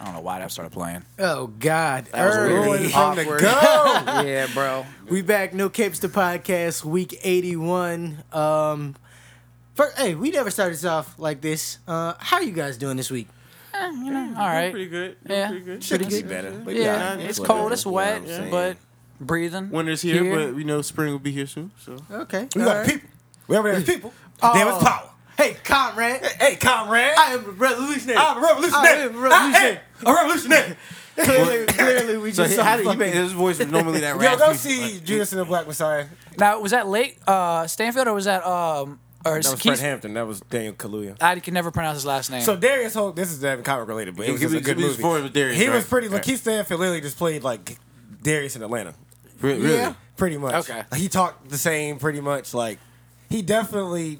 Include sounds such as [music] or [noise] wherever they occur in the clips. wide, I started playing. Oh God, That was early. weird. Awkward. Awkward. [laughs] yeah, bro. We back, No Capes the podcast, week eighty-one. Um, first, hey, we never started this off like this. Uh, how are you guys doing this week? All right. Pretty good. Yeah. Pretty good. Pretty good. better. But Yeah, it's what cold, it- it's you know wet, what I'm saying. but breathing. Winter's here, but we know spring will be here soon. So Okay, we all got right. people. We over there, people. Oh. Damn, it's power. Hey, comrade, Hey, comrade. I am a revolutionary. I'm a I revolutionary. am a I revolutionary. am a revolutionary. [laughs] clearly, clearly, we so just he- how saw did you make fucking- his voice was [laughs] normally that Yo, raspy? go see Judas and the Black Messiah. now, was that late uh, Stanfield or was that um or That was Fred Hampton. That was Daniel Kaluuya. I can never pronounce his last name. So Darius Hope, this is uh, comic related, but it was, He just a was- good he was movie. forward with Darius, he was right? pretty. Right. Lakeith Stanfield literally just played like Darius in Atlanta, Re- really? Yeah. pretty much. Okay. He talked the same, pretty much. Like he definitely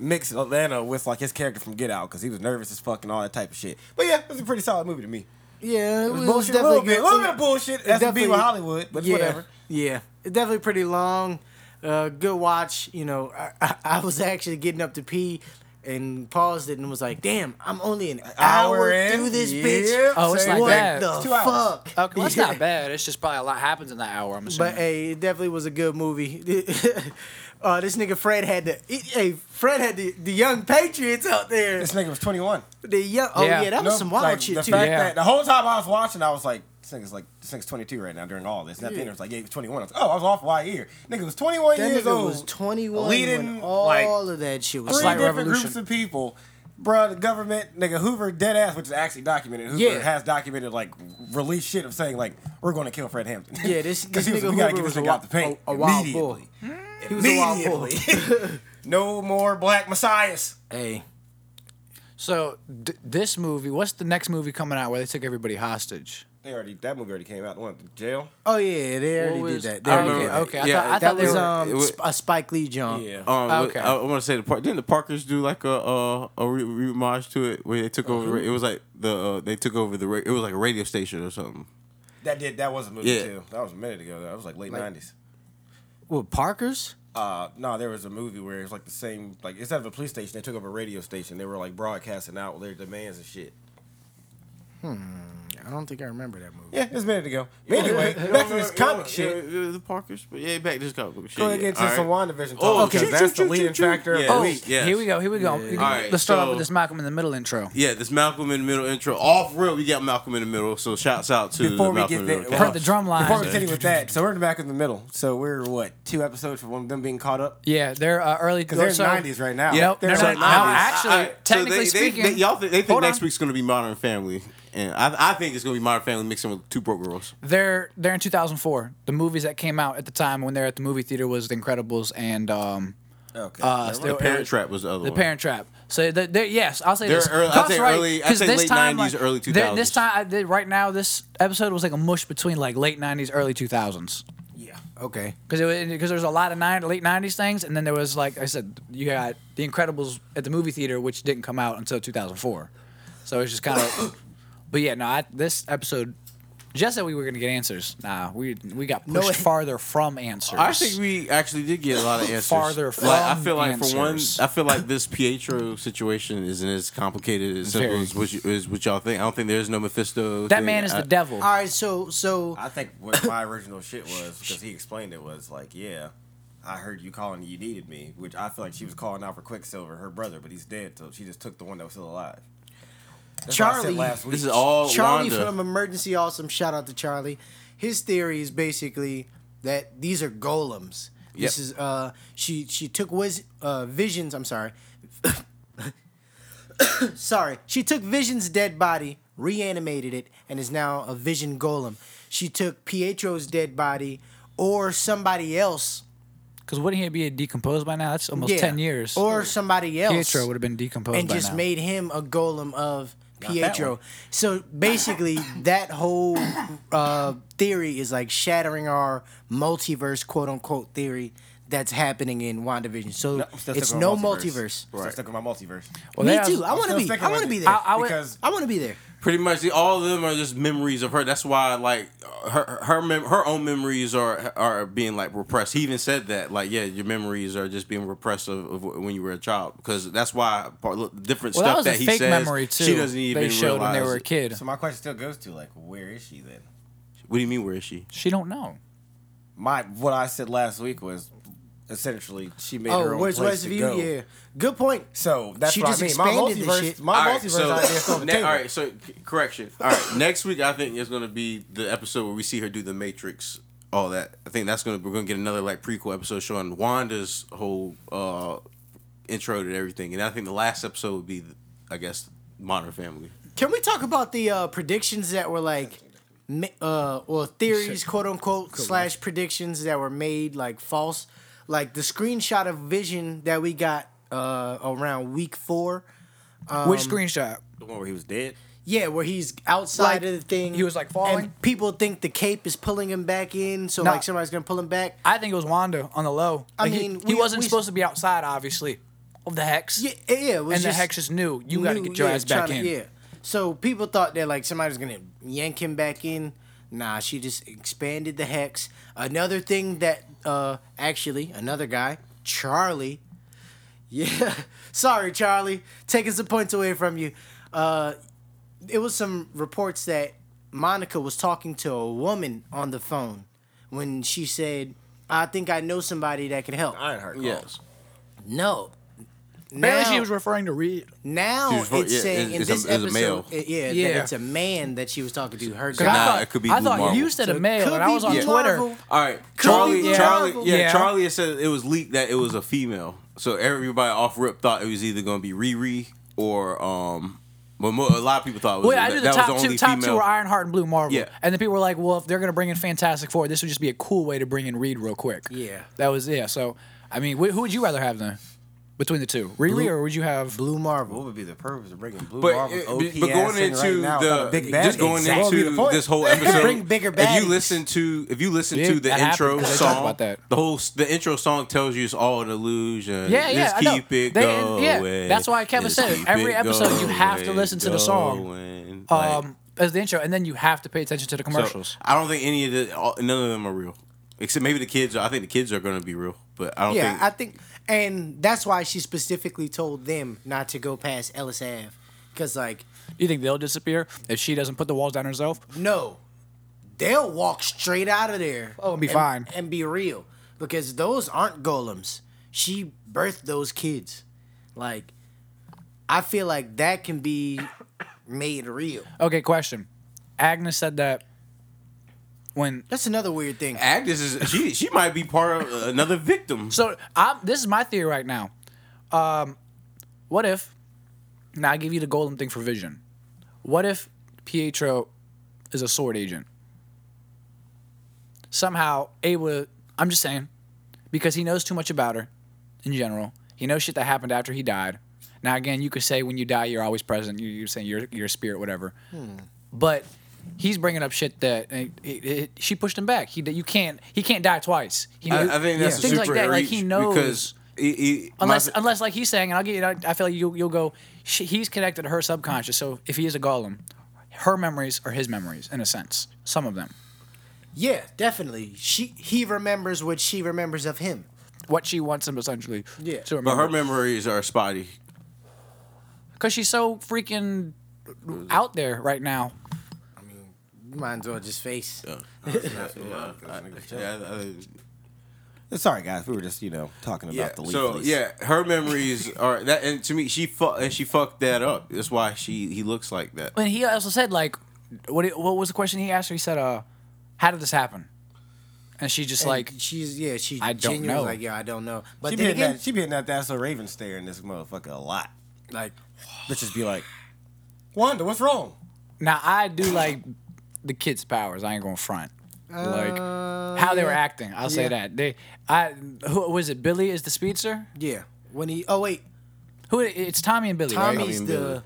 mixed Atlanta with like his character from Get Out because he was nervous as fuck and all that type of shit. But yeah, it was a pretty solid movie to me. yeah, It was, bullshit a little bit, a little bit of bullshit. That's to be definitely- with Hollywood, but yeah, whatever. Yeah, definitely pretty long. Uh, good watch. You know, I, I, I was actually getting up to pee and paused it and was like, "Damn, I'm only an hour, Hour in? through this Yeah, bitch." Oh, it's same like what that. the Two hours. fuck? Okay, well, that's Yeah. not bad. It's just probably a lot happens in that hour. I'm assuming. But hey, it definitely was a good movie. [laughs] uh, this nigga Fred had the hey Fred had the, the young patriots out there. This nigga was twenty one. The young oh yeah, Yeah. that was some wild like, shit the too. Fact Yeah. that the whole time I was watching, I was like, this nigga's like, this nigga's 22 right now during all this. And at the end, it was like, yeah, he was 21. I was like, oh, I was off by a year. Nigga was 21 that years nigga old. was 21 when leading all like of that shit was three Slight different revolution. groups of people. Bro, the government, nigga, Hoover dead ass, which is actually documented. Hoover Yeah. has documented like release shit of saying like we're going to kill Fred Hampton. Yeah, this- [laughs] this 'Cause he was, nigga we gotta Hoover get was this a nigga wa- out the paint a- a wild boy. immediately. Hmm? He was a wild boy. [laughs] Immediately. no more black messiahs. Hey, so d- this movie, what's the next movie coming out where they took everybody hostage? They already that movie already came out. The one at the jail. oh yeah, they already What did was- that. They I already remember did that. that. Okay, I Yeah, thought, I thought it- That they was were. um it was- Sp- a Spike Lee John. Yeah. Um, what- Okay. I, want to say the park. Didn't the Parkers do like a uh, a re- re- homage to it where they took over? It was like the uh, they took over the ra- it was like a radio station or something. That did that was a movie Yeah. too. That was a minute ago. That was like late nineties. Well, Parker's. Uh, no, there was a movie where it was like the same like instead of a police station, they took up a radio station. They were like broadcasting out their demands and shit. I don't think I remember that movie. Yeah, it's a minute ago. But [laughs] anyway, back to this comic shit. Yeah, yeah, the Parkers, but yeah, back to this comic book shit. Go ahead yeah. and get into All some right. WandaVision talk Oh, because choo, that's choo, the choo, leading choo, choo. factor Yeah. of Oh, the week. yes. here we go. Here we go. You- right, Let's start off so- with this Malcolm in the Middle intro. Yeah, this Malcolm in the Middle intro. Off real, we got Malcolm in the Middle. So shouts out to Before the we Malcolm get in the there, Middle. Heard cast. the drum line. Before we continue with that, so we're in the back in the middle. So we're what two episodes from one of them being caught up Yeah, they're uh, early. because they're so- nineties right now. Nope, they're no, no, like no, 90s. actually, I- I- so technically they- they- speaking- they, y'all think, they think Hold next on. week's gonna be Modern Family, and I, I think it's gonna be Modern Family mixing with Two Broke Girls. They're they're in 2004. The movies that came out at the time when they're at the movie theater was The Incredibles and um, Okay. uh, The Parent Trap was the other The one. Parent Trap. So they're, they're, yes, I'll say They're this. early- I'd Cuff's say early- I'd 'cause say this late time, 90s, early they're- This 2000s. time, I did, right now, this episode was like a mush between like late 90s, early 2000s. Yeah. Okay. Because because there was a lot of nine, late 90s things, and then there was like I said, you got The Incredibles at the movie theater, which didn't come out until 2004. So it's just kind of. [coughs] but yeah, no, I, this episode. Just that we were gonna get answers. Nah, we we got pushed No, it- farther from answers. I think we actually did get a lot of answers. Farther Like, I from feel like for one, answers. I feel like this Pietro situation isn't as complicated as simple Very. as what, you, as what y'all think. I don't think there's no Mephisto. that thing. man is I- the devil. All right. So so I think what [coughs] my original shit was because he explained it was like, yeah, I heard you calling, you needed me, which I feel like she was calling out for Quicksilver, her brother, but he's dead, so she just took the one that was still alive. That's what I said Charlie- last week. This is all Charlie Oh, Wanda. from Emergency Awesome. Shout out to Charlie. His theory is basically that these are golems. This Yep. is uh she she took was uh visions. I'm sorry. [coughs] sorry. She took Vision's dead body, reanimated it, and is now a Vision golem. She took Pietro's dead body or somebody else. Because wouldn't he be decomposed by now? That's almost yeah, ten years. Or somebody else. Pietro would have been decomposed and by just now. made him a golem of that Pietro. one. So basically, that whole uh, theory is like shattering our multiverse, quote unquote, theory that's happening in WandaVision. So I'm still it's sticking no with multiverse. Still sticking with my multiverse. Well, Me that- too. I want Still to be. sticking I want to with be it. there. I- I would- because I want to be there. Pretty much, the- all of them are just memories of her. That's why, like, her her mem- her own memories are are being like repressed. He even said that, like, yeah, your memories are just being repressed of, of when you were a child, because that's why part, look, different Well, that stuff was that, a he fake says. memory too. She doesn't even they showed when realize. they were a it. kid. So my question still goes to like, where is she then? What do you mean? Where is she? She don't know. My what I said last week was essentially she made her Oh, own where's place Westview? to go. Yeah, good point. So that's She what just I mean. My expanded this shit. multiverse, my All right, multiverse so- idea is on the ne- table. all right, so c- correction. All right, next week I think is going to be the episode where we see her do the Matrix, all that. I think that's going to we're going to get another like prequel episode showing Wanda's whole uh intro to everything, and I think the last episode would be, I guess, Modern Family. Can we talk about the uh, predictions that were like, ma- uh, or theories, quote unquote, slash predictions that were made like false? Like the screenshot of Vision that we got uh, around week four. Which Um, screenshot? The one where he was dead. Yeah, where he's outside Like, of the thing. he was, like, falling? And people think the cape is pulling him back in, so No. like somebody's gonna pull him back. I think it was Wanda on the low. I Like, he- mean, he, we- wasn't we- supposed to be outside, obviously, of the hex. Yeah, yeah. It was and the just hex is new. You got to new, get your yeah, ass back tryna- in. Yeah. So people thought that like somebody was gonna yank him back in. Nah, she just expanded the hex. Another thing that uh actually another guy, Charlie. Yeah. [laughs] Sorry, Charlie. Taking some points away from you. Uh it was some reports that Monica was talking to a woman on the phone when she said, I think I know somebody that can help. Ironheart. Call. Yes, no. Apparently, Now- she was referring to Reed. now She's vo- it's yeah, saying it's- in it's this a- it's a episode, male. it- yeah, that Yeah. it's a man that she was talking to. Her Nah, guy. I thought, it could be I Blue thought Marvel. you said So a it male, could and I be was on Blue Twitter. Marvel. All right, Charlie. Blue Charlie. Marvel. Yeah, Yeah. Charlie had said it was leaked that it was a female, so everybody off rip thought it was either going to be Riri or um. But mo- a lot of people thought it was Well, I that, knew the that top was the two. only Top female. two were Ironheart and Blue Marvel. Yeah. And then people were like, "Well, if they're gonna bring in Fantastic Four, this would just be a cool way to bring in Reed real quick." Yeah. That was yeah. So, I mean, wh- who would you rather have then, between the two, Reed or would you have? Blue What Marvel. would be the purpose of bringing Blue But, Marvel's it- OP but going into the just going into this whole episode, Bring bigger If bags. you listen to if you listen Yeah, to the that happened, intro 'cause they talked song, about that. the whole s- the intro song tells you it's all an illusion. Yeah, yeah, just I know. keep it They- going. yeah, that's why Kevin Just said it. keep Every it episode, you have to going, listen to the song. going. Like, Um, as the intro, and then you have to pay attention to the so commercials. I don't think any of the all, none of them are real, except maybe the kids. Are, I think the kids are going to be real, but I don't Yeah, think. I think, and that's why she specifically told them not to go past Ellis Ave, because like, you think they'll disappear if she doesn't put the walls down herself? no, they'll walk straight out of there. Oh, and be fine. and be real, because those aren't golems. She birthed those kids. Like, I feel like that can be made real. Okay, question. Agnes said that when That's another weird thing. Agnes is she. She might be part of another victim. So I'm, this is my theory right now. Um, what if? Now I give you the golem thing for Vision. What if Pietro is a sword agent? Somehow able. I'm just saying, because he knows too much about her, in general. He knows shit that happened after he died. Now again, you could say when you die, you're always present. You, you're saying your your spirit, whatever. But he's bringing up shit that eh, it- it- she pushed him back. He you can't he can't die twice. He, I, I think that's things a like super that. Like reach he knows because he- he- my unless th- unless like he's saying, and I'll get you. I feel like you you'll go. She, he's connected to her subconscious. So if he is a golem, her memories are his memories in a sense. Some of them. Yeah, definitely. She he remembers what she remembers of him. What she wants him essentially. Yeah. To but her remember. memories are spotty. Because she's so freaking out there right now. You might as well just face. Yeah, I- I- Sorry, guys, we were just you know talking about the leaf. so lease. yeah, her [laughs] memories are that, and to me, she fu- and she fucked that up. That's why she he looks like that. And he also said like, what what was the question he asked her? He said, uh, how did this happen? And she just like, And she's yeah, she I don't genuinely know. like, yeah, I don't know. But she be then hitting again, that. She be hitting that. That's a Raven stare in this motherfucker a lot. like Bitches be like, Wanda, what's wrong? now I do like the kids' powers. I ain't gonna front. Like how they were acting, I'll say Uh, yeah. that. They, I who was it? Billy is the speedster. yeah. When he oh wait, Who it's Tommy and Billy, right? Tommy's and Billy. the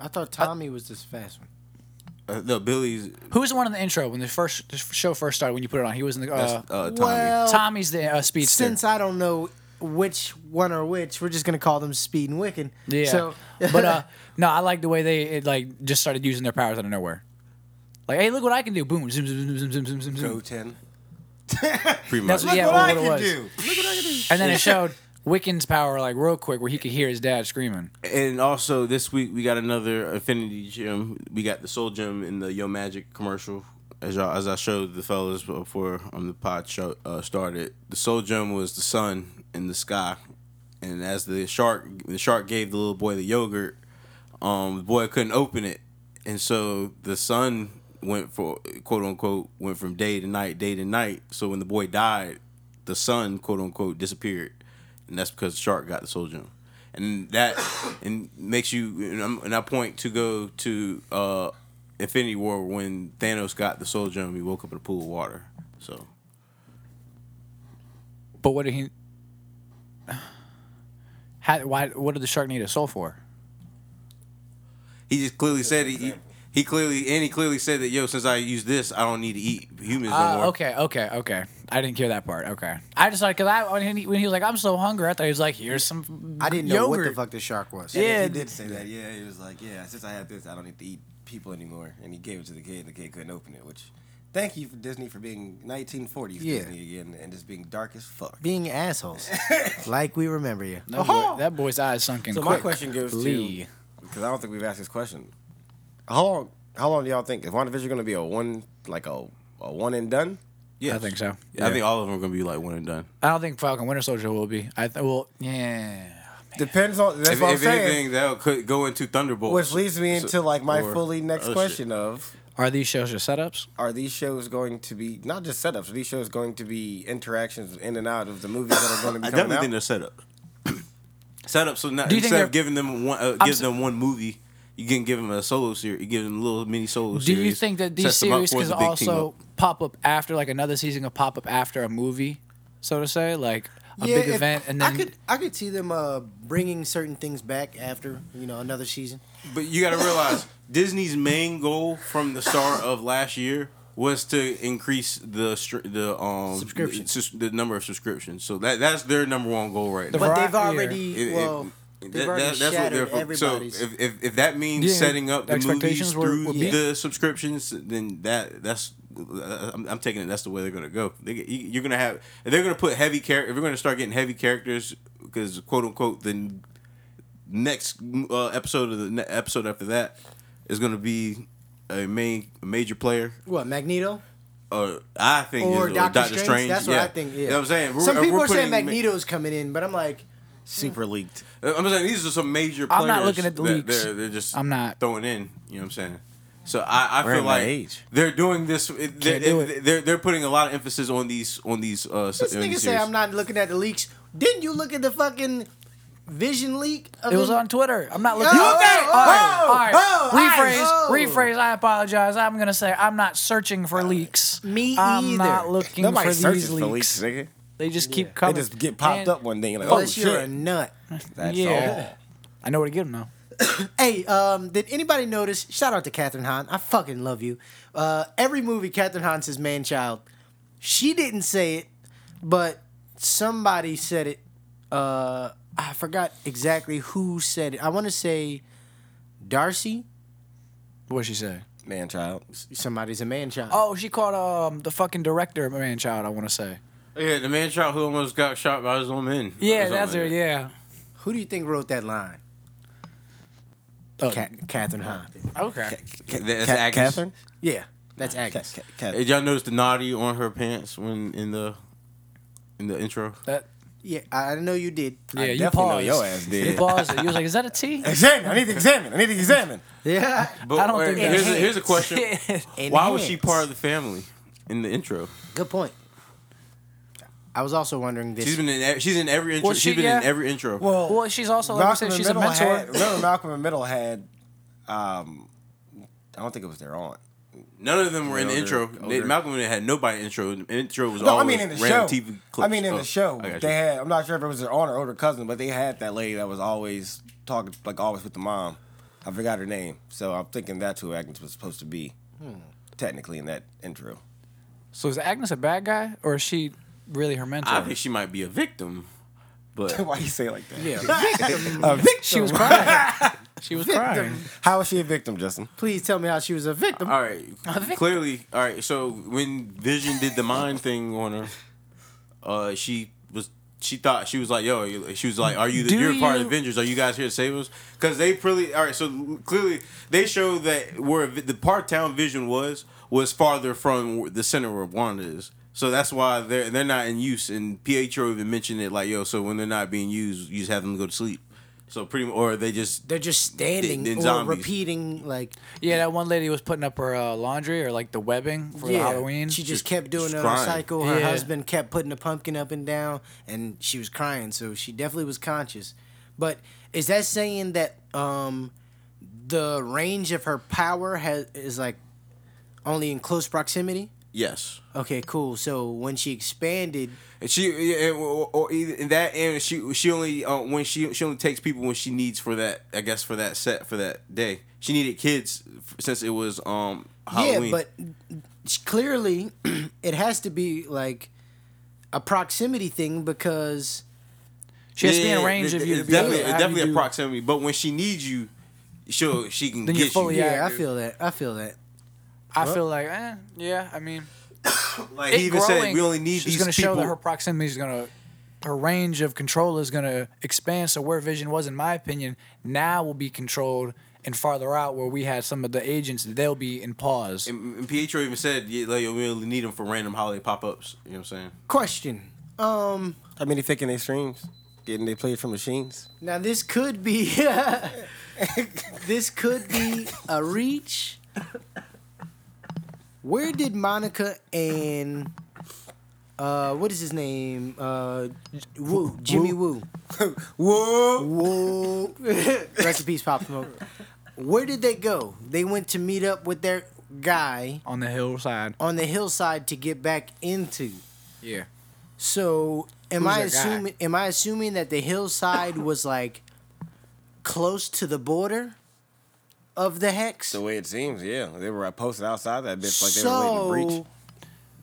I thought Tommy was this fast one. Uh, no, Billy's Who was the one in the intro when the first the show first started when you put it on? He was in the uh, uh, Tommy. Well Tommy's the uh, speedster. since I don't know which one or which. We're just gonna call them Speed and Wiccan. Yeah. So, [laughs] but uh, no, I like the way they it, like just started using their powers out of nowhere. Like, hey, look what I can do! Boom, zoom, zoom, zoom, zoom, zoom, zoom, zoom, zoom. ten. [laughs] Pretty much. That's yeah, oh, what well, I what it can was. do. And then it showed Wiccan's power like real quick, where he could hear his dad screaming. And also this week we got another Affinity Gym. We got the Soul Gym in the Yo Magic commercial. As y'all, as I showed the fellas before on the pod show uh, started, the Soul Gym was the sun in the sky, and as the shark the shark gave the little boy the yogurt, um, the boy couldn't open it, and so the sun went for quote unquote went from day to night, day to night. So when the boy died, the sun quote unquote disappeared, and that's because the shark got the soul gem, and that [coughs] and makes you and, I'm, and I point to go to uh, Infinity War when Thanos got the soul gem, he woke up in a pool of water. So But what did he? How, why? What did the shark need a soul for? he just clearly said he. He clearly and he clearly said that yo, since I use this, I don't need to eat humans no Uh, more. okay, okay, okay. I didn't hear that part. Okay, I just like because I when he, when he was like, "I'm so hungry," I thought he was like, "Here's some." I didn't know what the yogurt." fuck the shark was. Yeah, he did say that. Yeah, he was like, yeah, since I had this, I don't need to eat people anymore. And he gave it to the kid, and the kid couldn't open it. Which, thank you for Disney for being 1940s Yeah. Disney again, and just being dark as fuck. Being assholes, like we remember you. That, boy, that boy's eyes sunk in. So quick. my question goes Lee. to because I don't think we've asked this question. How long? How long do y'all think is WandaVision going to be a one like a, a one and done? Yes. I think so. Yeah, I think all of them are gonna be like one and done. I don't think Falcon Winter Soldier will be. I th- well, yeah. Depends on that's if, what I'm if saying. anything, that could go into Thunderbolts. which leads me into like my or oh, fully next other question of Are these shows just setups? are these shows going to be not just setups? Are these shows going to be interactions in and out of the movies that are going to I be coming definitely out? think they're set [clears throat] up. set up so now Do you think instead they're- of giving them one, uh, give s- them one movie, you can give them a solo series. You give them little mini solo Do series. you think that these sets them up series for could the big also team-up. pop up after, like another season could pop up after a movie, so to say, like a big if- event, and then I could I could see them uh, bringing certain things back after you know another season. But you got to [laughs] realize Disney's main goal from the start of last year was to increase the str- the um Subscription. sus- the number of subscriptions. So that that's their number one goal right now. But Right they've here. already It- it- well, that- they've that- already shattered fo- So everybody's. if, if if that means You think setting up the movies expectations were- through would be- the subscriptions, then that that's I'm, I'm taking it. That's the way they're gonna go. They, get- you- you're gonna have if they're gonna put heavy character. If we're gonna start getting heavy characters, because quote unquote the next uh, episode of the ne- episode after that is gonna be a main a major player. what Magneto? Or I think Or is- Doctor Strange? That's what yeah. I think. Yeah, You know what I'm saying some people we are saying Magneto's coming in, but I'm like, Super leaked. Uh, I'm saying these are some major. Players I'm not looking at the that leaks. They're, they're just. I'm not. throwing in. You know what I'm saying? So I, I We're feel in my like age. they're doing this. it- They're, do they're, they're putting a lot of emphasis on these on these. Uh, this nigga say I'm not looking at the leaks. Didn't you look at the fucking Vision leak? Of It was him? on Twitter. I'm not looking. You All okay? right, Oh, all right. oh, rephrase, oh. rephrase. I apologize. I'm gonna say I'm not searching for leaks. Me I'm either. not looking Nobody for searches these for leaks, leaks. nigga. They just keep They coming. just get popped And- up one day. Like, oh Unless you're a shit, nut. that's yeah. all. I know where to get them now. Hey, um, did anybody notice? Shout out to Catherine Hahn. I fucking love you. Uh, every movie Catherine Hahn says man child. She didn't say it, but somebody said it. Uh, I forgot exactly who said it. I want to say Darcy. What'd she say? Man, child. Somebody's a man child. Oh, she called um the fucking director of Man Child. I want to say. Yeah, the man shot who almost got shot by his own men. Yeah, that's her. Yeah. Who do you think wrote that line? Oh, Cat- Catherine Hahn. okay. That's Ca- the actress. Catherine. Yeah, that's Agnes. Ca- Ca- Did y'all notice the naughty on her pants when in the in the intro? That, Yeah, I I know you did. yeah, you definitely know paused. your ass did. You paused it. You was like, "Is that a [laughs] T?" Examine. I need to examine. I need to examine. Yeah. But I don't wait, think here's, a, that's- here's [laughs] a question: Why was she Enhanced. part of the family in the intro? Good point. I was also wondering this. She's been in ev- she's in every intro. Well, she- she's been in yeah. every intro. Well, she's also like I Malcolm said, in she's a Middle mentor. had. Remember, Malcolm in Middle had. Um, I don't think it was their aunt. None of them were in the Older- intro. They- older. Malcolm had nobody intro. The intro was No, all I mean in the show. random TV clips. I mean in Oh, the show, I got they you. had. I'm not sure if it was their aunt or older cousin, but they had that lady that was always talking, like always with the mom. I forgot her name, so I'm thinking that's who Agnes was supposed to be, Hmm. technically in that intro. So is Agnes a bad guy, or is she really her mentor? I think she might be a victim [laughs] But Why you say it like that? Yeah. A victim. [laughs] She was crying. [laughs] She was crying. [laughs] How is she a victim, Justin? Please tell me how she was a victim. [laughs] all right, clearly, all right. So when Vision did the mind thing on her, uh, she was she thought she was like, "Yo," she was like, "Are you the, Do you're part of you- Avengers? Are you guys here to save us?" Because they pretty all right. So clearly, they show that where Vi- the part town Vision was was farther from the center where Wanda is. So that's why they're they're not in use. And Pietro even mentioned it like, "Yo," so when they're not being used, you just have them go to sleep. So pretty, mu- or they just They're just standing Then or zombies. repeating like Yeah, that one lady was putting up her uh, laundry or like the webbing for the Halloween. She Just- just kept doing just the crying. cycle. Her Yeah. husband kept putting the pumpkin up and down, and she was crying. So she definitely was conscious. But is that saying that um, the range of her power has is like only in close proximity? yes. Okay, cool. So when she expanded, And she yeah, and- or, or either in that and she she only uh, when she she only takes people when she needs for that I guess for that set for that day. She needed kids f- since it was um yeah, Halloween. but sh- clearly [clears throat] it has to be like a proximity thing because she has to be Yeah, in range it- of you. it's to be able Definitely, to- it's how you definitely a do- proximity. But when she needs you, she she can Then get you're you. fully yeah, Yeah, I dude. feel that. I feel that. I feel like, eh, yeah. I mean, Like he it even said, growing, we only need she's these gonna people. show that her proximity is gonna, her range of control is gonna expand. So where Vision was, in my opinion, now will be controlled and farther out where we had some of the agents, they'll be in pause. and and Pietro even said, yeah, like, we only need them for random holiday pop ups. You know what I'm saying? Question. Um. How many thinking they streams? Getting they played from machines? Now this could be [laughs] this could be a reach. Where did Monica and uh what is his name? Uh Woo, Jimmy Woo. Whoa! Woo. Rest in peace, Pop Smoke. Where did they go? They went to meet up with their guy on the hillside. on the hillside to get back into. Yeah. So am Who's I that guy? assuming am I assuming that the hillside was like close to the border of the hex? The way it seems, yeah. They were uh, posted outside that bitch like they so were waiting to breach.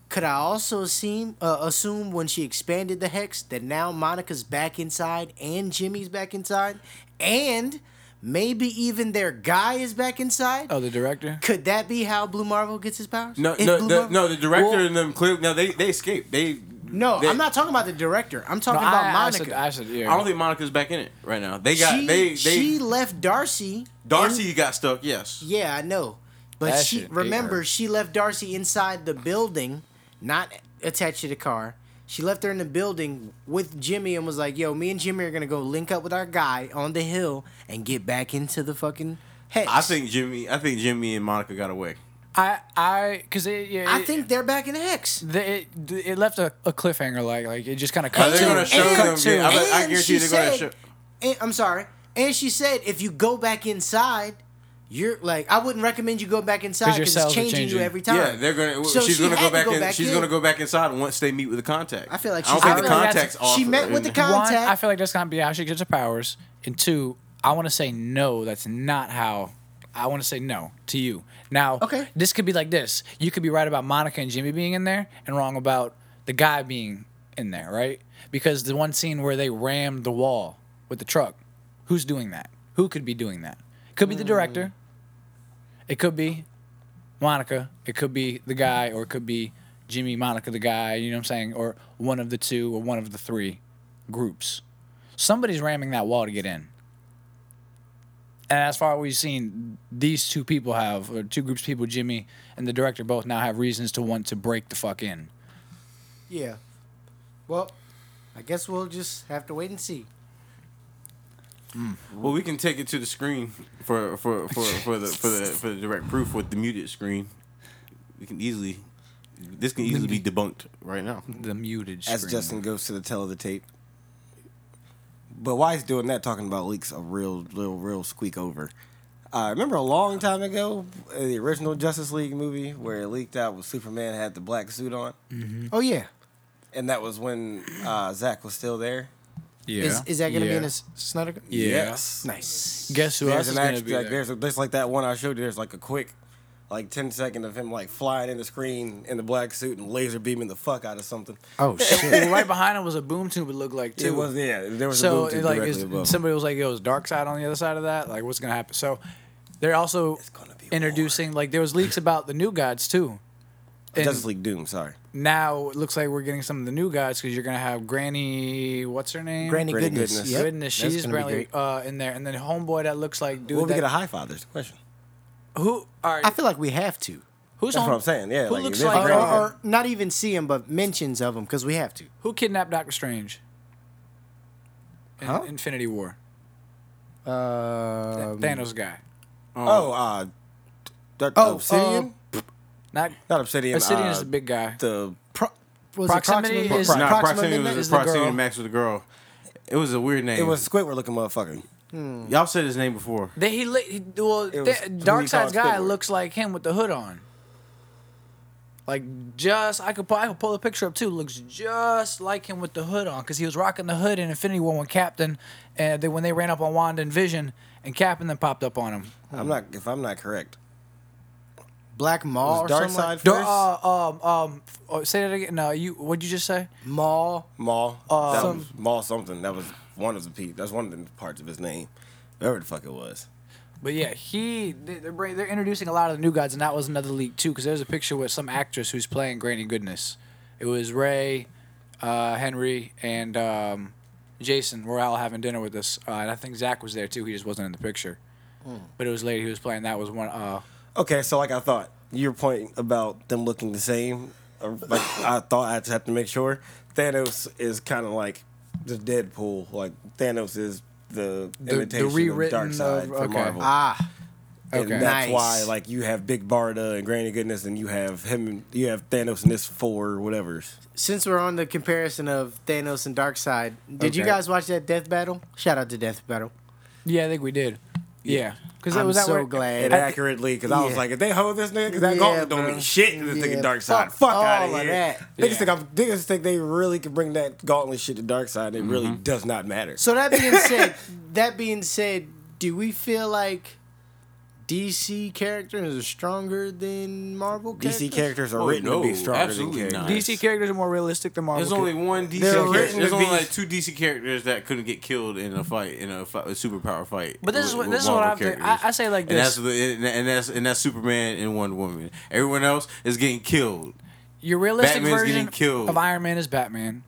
could I also assume uh, assume when she expanded the hex that now Monica's back inside and Jimmy's back inside and maybe even their guy is back inside? Oh, the director. Could that be how Blue Marvel gets his powers? No, Is no, Blue the, Marvel- no. The director Well, and them clearly no. They they escaped. They no, they- I'm not talking about the director. I'm No, talking about I, I Monica. said, I said, yeah. I don't think Monica's back in it right now. They got she, they they she left Darcy. Darcy in- got stuck, yes. yeah, I know. But That she shit ate remember her. she left Darcy inside the building, not attached to the car. She left her in the building with Jimmy and was like, "Yo, me and Jimmy are gonna go link up with our guy on the hill and get back into the fucking hex." I think Jimmy. I think Jimmy and Monica got away. I, I, because it, yeah. I it- think they're back in the hex. the, it, it left a, a cliffhanger, like, like it just kind of Are cut. they to- gonna show cut them? to- Yeah, I, bet- I and guarantee she they're gonna show. said- And, I'm sorry. And she said, if you go back inside, you're like, I wouldn't recommend you go back inside 'Cause your because it's cells are changing, you changing. every time. Yeah, they're gonna. So she's she gonna had go to back. go in, back she's in. gonna go back inside once they meet with the contact. I feel like I don't she's think the already- contact's She off. met with the con- One, contact. I feel like that's gonna be how she gets her powers, and two, I want to say no. That's not how. I want to say no to you. Now, Okay. this could be like this. You could be right about Monica and Jimmy being in there, and wrong about the guy being in there, right? Because the one scene where they rammed the wall with the truck, who's doing that? Who could be doing that? Could be the Mm. director. It could be Monica. It could be the guy, or it could be Jimmy, Monica, the guy. You know what I'm saying? Or one of the two, or one of the three groups. Somebody's ramming that wall to get in. And as far as we've seen, these two people have, or two groups of people, Jimmy and the director, both now have reasons to want to break the fuck in. Yeah. Well, I guess we'll just have to wait and see. Well, we can take it to the screen for for for for the for the for the direct proof with the muted screen. We can easily. This can easily be debunked right now. The muted As screen. Justin goes to the tell of the tape. But why he's doing that, talking about leaks, a real, real, real squeak over. I remember a long time ago, uh, the original Justice League movie where it leaked out was Superman had the black suit on, Oh yeah. and that was when uh, Zach was still there. Yeah. Is, is that gonna yeah. be in a s- Snyder? Cut? Yeah. Yes. Nice. Guess who there's else is an going to act, be like, there? there's a, just like that one I showed you. There's like a quick like 10 seconds of him like flying in the screen in the black suit and laser beaming the fuck out of something. Uh, [laughs] Oh shit! right behind him was a boom tube. It looked like too. It was yeah. There was so a boom it, tube like directly is- above. somebody was like, "Yo, is Dark Side on the other side of that? Like, what's gonna happen?" So they're also gonna be introducing like there was leaks about the new gods too. And Justice League Doom. Sorry, now it looks like we're getting some of the new gods because you're gonna have Granny, what's her name? Granny, Granny goodness. Goodness. Yep. Goodness, That's she's gonna be apparently great. uh, in there, and then Homeboy that looks like dude. will we that- get a high five? There's a question. who? All right, I feel like we have to, who's That's home, what I'm saying. Yeah, who like, looks there's like or, Granny or- or not even see him, but mentions of him because we have to. who kidnapped Doctor Strange? In Huh? Infinity War, Uh, Um, Thanos guy, Oh, uh, Dr. Oh, Obsidian. not Not Obsidian. Obsidian uh, is the big guy. the pro- was Proximity it is- Proxima- Nah, Not Proxima proximity Midnight? was the proximity girl. max with the girl. It was a weird name. it was Squidward looking motherfucker. Hmm. Y'all said his name before. They he, li- he well, It was th- who Dark he called Side's guy Squidward. looks like him with the hood on. Like just I could pu- I could pull a picture up too. Looks just like him with the hood on because he was rocking the hood in Infinity War when Captain and then when they ran up on Wanda and Vision and Captain then popped up on him. I'm not if I'm not correct. Black Maul or Was Dark something. Side Side Do- first? uh, um um f- oh, say that again. No, you what'd you just say? Maul. Maul. Uh, that Some- was Maul something. That was one of the pe- that's one of the parts of his name. Whatever the fuck it was. But yeah, he they- they're bring- they're introducing a lot of the new gods, and that was another leak too. Because there's a picture with some actress who's playing Granny Goodness. It was Ray, uh, Henry, and um, Jason were all having dinner with us, uh, and I think Zach was there too. He just wasn't in the picture. But it was lady who was playing. That was one. Uh, Okay, so like I thought, your point about them looking the same, or like I thought I just have to make sure. Thanos is kind of like the Deadpool. Like Thanos is the The- the imitation of rewritten Dark of- Side for okay. Marvel. Ah, And okay. that's Nice. why like you have Big Barda and Granny Goodness, and you have him, you have Thanos in this four whatever's. since we're on the comparison of Thanos and Darkseid, did you Okay. guys watch that death battle? Shout out to death battle. yeah, I think we did. Yeah, because it I'm was that so where- And glad. accurately, because I was Yeah. like, if they hold this nigga, because that Yeah, gauntlet don't bro. mean shit to this Yeah, nigga Dark Side. fuck Fuck, out all of of here. that. Niggas, Yeah. think I'm, niggas think they really can bring that gauntlet shit to Dark Side. It really does not matter. So that being said, [laughs] that being said, do we feel like DC characters are stronger than Marvel characters? DC characters are Oh, written to be no, stronger than absolutely characters. not. DC characters are more realistic than Marvel. There's only one DC They're character. written There's to only be- like two DC characters that couldn't get killed in a fight in a, fi- a superpower fight. But this with- is what- with this is what Marvel I've been- characters. I- I say like And this. that's, the, and, and that's and that's Superman and Wonder Woman. Everyone else is getting killed. your realistic Batman's getting version killed. of Iron Man is Batman.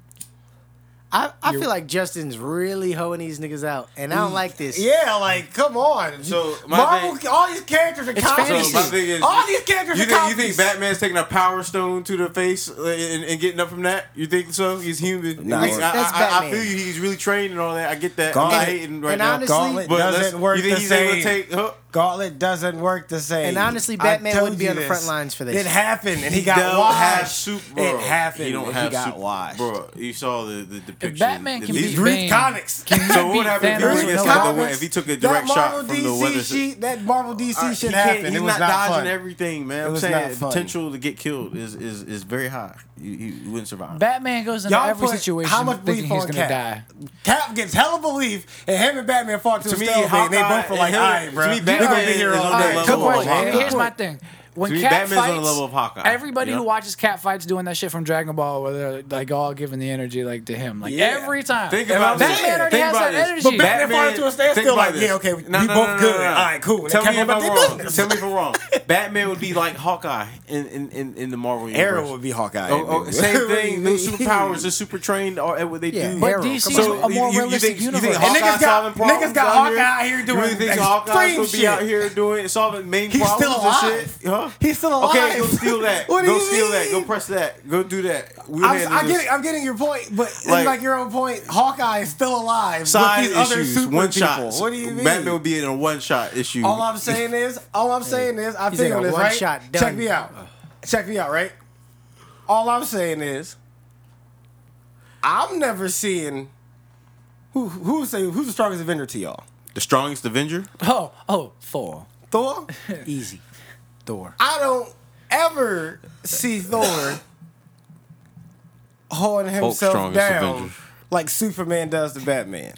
I, I feel like Justin's really hoeing these niggas out, and I don't like this. Yeah, like come on. So, my Marvel, thing- all these characters are copies. So my thing is, all these characters you are think, you copies. think Batman's taking a power stone to the face uh, and, and getting up from that? You think so? He's human. Nah, I, mean, I- that's I- I- I Batman. feel you. He's really trained and all that. I get that. Gone. I'm hating right And now. honestly- Gauntlet but let's- doesn't work you think the he's able to same. take? Huh? Gauntlet doesn't work the same. And honestly, I Batman told wouldn't be you on the this. front lines for this. It happened, and he got don't washed. have super. Bro. It happened. He don't and have he got super, washed. Bro, you saw the the depiction. If Batman The- can these beat read Bane, comics. Can So he what beat happened Thanos if he with was against no the weapon? one- if he took a direct that shot Marvel from DC the weather- sheet, that Marvel DC All right, shit he can't- happened. He's It was not, dodging fun. everything, man. It I'm was saying not the fun. potential to get killed is is is very high. You you, you wouldn't survive. Batman goes into Y'all every put situation how much thinking he's belief on gonna Cap? die. Cap gets hella belief, and him and Batman fought to, To a me, stalemate, and they Hawkeye- both were like, to "All me, right, bro, we're Batman gonna be is here on all day." the Alright, good level of point. Hawkeye. And Here's my thing. When To me, Cap Batman's on fights, the level of Hawkeye, Everybody you who know? watches Cat fights doing that shit from Dragon Ball, where they're like all giving the energy like to him, like Yeah. every time. Think And about I'm this. saying, already Think has about that this. energy. But Batman fought to a standstill, think about like, this. yeah, okay, we both good. Alright, cool. They Tell kept me up if with I'm their wrong. business. Tell me if I'm wrong. Batman would be like Hawkeye in in in, in the Marvel universe. Arrow would be Hawkeye. Oh, oh, [laughs] same What do you thing. mean? Those superpowers. They're super trained or- at what they Yeah, do. but Arrow, DC's come a on. more you- you- you realistic think- you think universe. And Hawkeye's niggas got- solving problems niggas got out here? Hawkeye out here doing You really think extreme Hawkeye's gonna be shit? out here doing solving main He's problems still and alive. shit? Huh? [laughs] He's still alive. Okay, go steal [laughs] that. What do go you steal that. mean? Go press that. Go do that. We'll I'm, handle I'm this. getting, I'm getting your point, but it's Like- like, your own point. Hawkeye is still alive Side with these other issues, super one people. shot. What do you mean? Batman would be in a one shot issue. All I'm saying is, all I'm saying is, I He's think like on a this one right. shot, Check done. me out. Check me out, right? All I'm saying is, I'm never seeing who who say who's the strongest Avenger to y'all. the strongest Avenger. oh, oh, Thor. [laughs] Thor. Easy. Thor. I don't ever see Thor holding himself strongest down Avenger. like Superman does to Batman.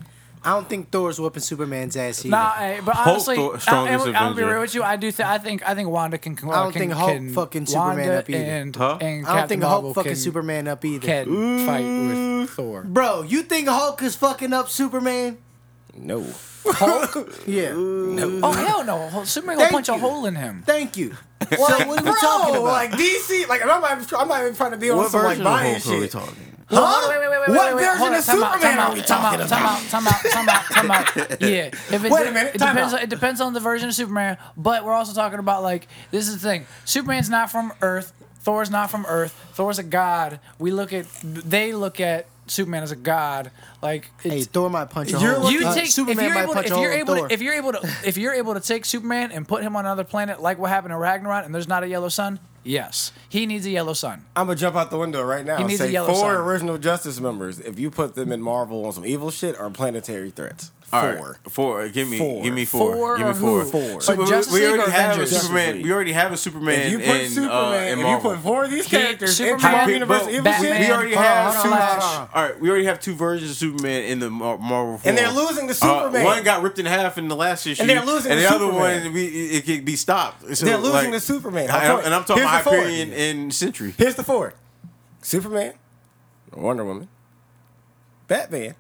I don't think Thor's whooping Superman's ass either. Nah, hey, but Hulk honestly, thought I'll, strongest I'll- I'll be Avenger. real with you. I do. Th- I think. I think Wanda can. I don't can, think Hulk can- fucking Wanda Superman up either. And, Huh? and I don't Captain think Hulk Marvel fucking can, Superman up either. can fight with Thor. Bro, you think Hulk is fucking up Superman? No. Yeah. Oh hell no! Hulk- Superman gonna Thank punch a you. hole in him. [laughs] Thank you. so what are we talking Oh, about? like DC, like and I'm not, even- I'm not even trying to be on What some like version of bias Hulk are we shit. talking? Huh? Wait, wait, wait, wait, What wait, wait. version Hold of on, time out, Superman time are out, we time out, talking time out, time out, time out, time [laughs] out, Yeah. If it, Wait a minute, It time depends. out. It depends on the version of Superman, but we're also talking about like this is the thing. Superman's not from Earth. Thor's not from Earth. Thor's a god. We look at. They look at Superman as a god. Like Hey, it's, Thor might punch a You're hole. looking- you Uh, take Superman if you're might able, to, punch if a hole you're in able Thor. to, if you're able to if you're able to take Superman and put him on another planet like what happened in Ragnarok and there's not a yellow sun. Yes, he needs a yellow sun. I'm gonna jump out the window right now. He and needs a say yellow four sign. original Justice members. If you put them in Marvel on some evil shit, are planetary threats. Four. All right, four. Give me, Four. give me four. Four give me or four. who? Four. So But we, Justice we League already or have a Avengers? Superman. We already have a Superman. If you put in, uh, Superman, in if you Marvel. put four of these He- characters in Superman- Marvel Pick- Universe but evil Batman- shit, we already Hold on, have hold two. on, hold on, hold All right, we already have two versions of Superman in the Mar- Marvel, And they're form. losing to Uh, Superman. one got ripped in half in the last issue, they're losing and to the other Superman. one, we, it can be stopped. So, They're losing to like, Superman. I- I'll tell and you. I'm talking Here's about the four. Hyperion and Century. Here's the four: Superman, Wonder Woman, Batman,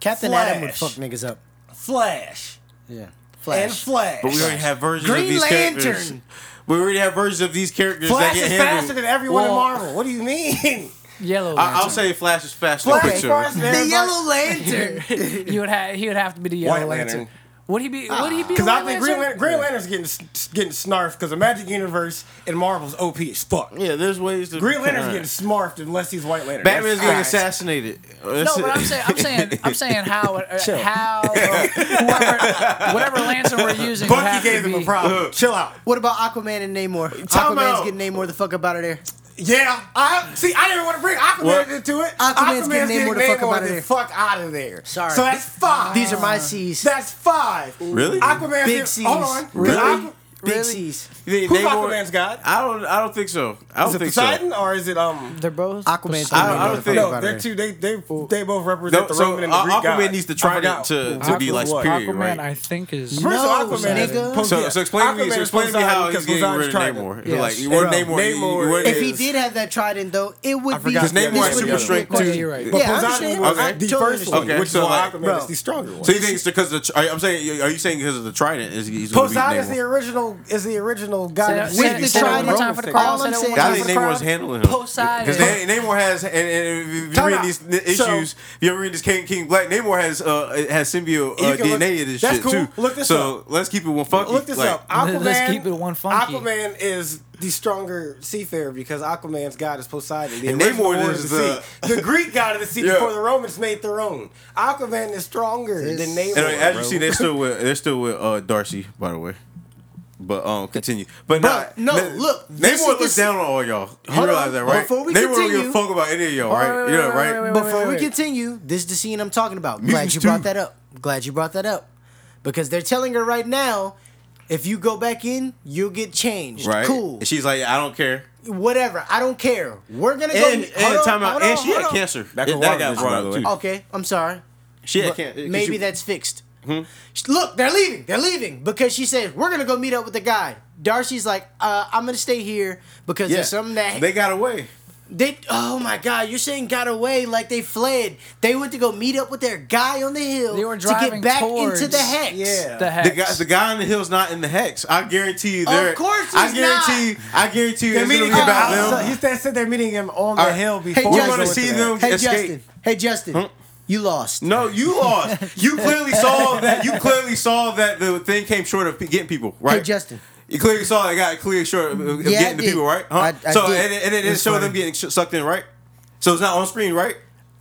Captain Adam would fuck Flash. niggas up. Flash, Yeah. and Flash. Flash. But we already have versions Green of these characters. Lantern. We already have versions of these characters Flash that get is handled. faster than everyone Well- in Marvel. What do [laughs] you mean? Yellow. I, I'll Lantern. say Flash is faster. Flash than is Quicksilver. faster than The everybody. Yellow Lantern. you would have he would have to be the Yellow White Lantern. Lantern. Would he be? would he be? Because a I White think Green, Lantern? Lan- Green Lantern's getting s- getting snarfed because the Magic Universe and Marvel's OP as fuck. Yeah, there's ways to. Green Lantern's Alright. getting smarfed unless he's White Lantern. Batman's That's getting facts. assassinated. No, but I'm saying, [laughs] I'm saying, I'm saying how, uh, how, or whoever, whatever lantern we're using. would have Bucky gave to him be- a problem. Chill out. What about Aquaman and Namor? Time Aquaman's out. getting Namor the fuck up out of there. Yeah, I see. I didn't want to bring Aquaman What? into it. Aquaman's getting Namor the fuck up Namor out of the there. fuck out of there. Sorry. So that's five. These are my C's. That's five. Really? Aquaman's Big getting- C's. Hold on. 'Cause Really? Aqua- Big Really? C's. They- Who's they were- Aquaman's god? I don't. I don't think so. I don't Is it think so. Poseidon or is it um? They're both. Aquaman's getting I- I Namor don't the think- fuck up No, out they're of there. two. They they they both No, represent the so Roman and the uh, Greek Aquaman gods. needs to I try to, forgot to, who- to be who like was what. superior, Aquaman, right? I think is. First of all, No, Aquaman is nigga. Pos- so, yeah. so explain to me. Aquaman So is explain to me Poseidon how he's because getting Poseidon's rid of trident. Namor. Yes. Like you were Bro, Namor. you- um, Namor you were If he Namor. did have that trident, though, it would be. forgot this the other one. would be Super a strength, quick too. one. You're right. But Yeah, I Poseidon understand. was Okay. Totally the first one, understand. which Okay, so is why like- Aquaman Bro. is the stronger one. So you think it's because of? Tri- I'm saying. Are you saying because of the trident? Is he's gonna beat Poseidon is the Namor? original is the original Say god that- of say With that- the say that one more trident. time for the All crowd. I'm Say that one saying more I time think for the Namor crowd. was handling him. Poseidon. Because Namor has, and, and if you Time read out. these n- issues, if you ever read this King, King Black, Namor has uh, has symbiote You uh, can DNA look- in this that's shit cool. too. Look this so let's keep it one funky. Look this like, up. Let's Aquaman. keep it one funky. Aquaman is the stronger seafarer because Aquaman's god is Poseidon. The And original Namor lord is of the, sea. the Greek god of the sea [laughs] Yeah. before the Romans made their own. Aquaman is stronger than Namor. And uh, as you bro. see, they're still with they're still with uh, Darcy, by the way. But um, continue. But Bro, nah, no, Na- look, this is- Namor this- looks down on all y'all. You Hold realize on, that, right? before we Namor don't give continue- a fuck about any of y'all, right? wait, wait, you know, wait, right? wait, wait, wait. Before we continue, this is the scene I'm talking about. Glad Mutants you brought too. that up. Glad you brought that up. Because they're telling her right now, if you go back in, you'll get changed. Right? Cool. And she's like, I don't care. Whatever. I don't care. We're gonna go. And, and hold on, time out. hold on, and she had hold on. cancer. Back It- on that got WandaVision, brought by up the too. way. Okay, I'm sorry. She had But cancer. maybe she- Hmm? that's fixed. Look, they're leaving. They're leaving because she says we're gonna go meet up with the guy. Darcy's like, uh, I'm gonna stay here because Yeah. there's something that they got away. they. Oh my God, you're saying got away like they fled. They went to go meet up with their guy on the hill They were to get driving back towards- into the hex. Yeah. The The heck. guy, the guy on the hill's not in the hex. I guarantee you. they're- Of course I he's guarantee. I guarantee you. They're It's gonna be meeting him about outside- them. He said, said they're meeting him on All the right. hill Hey, before. Justin. we We're gonna go see into them that. Hey Escape. Justin. Hey Justin. You lost. No, you lost. You [laughs] clearly saw that. You clearly saw that the thing came short of getting people right. Hey Justin. You clearly saw it got clear short of of Yeah, I getting the did. people right. Huh? I- I so did. and, it- and it didn't It's show funny. them getting sh- sucked in, right? So it's not on screen, right?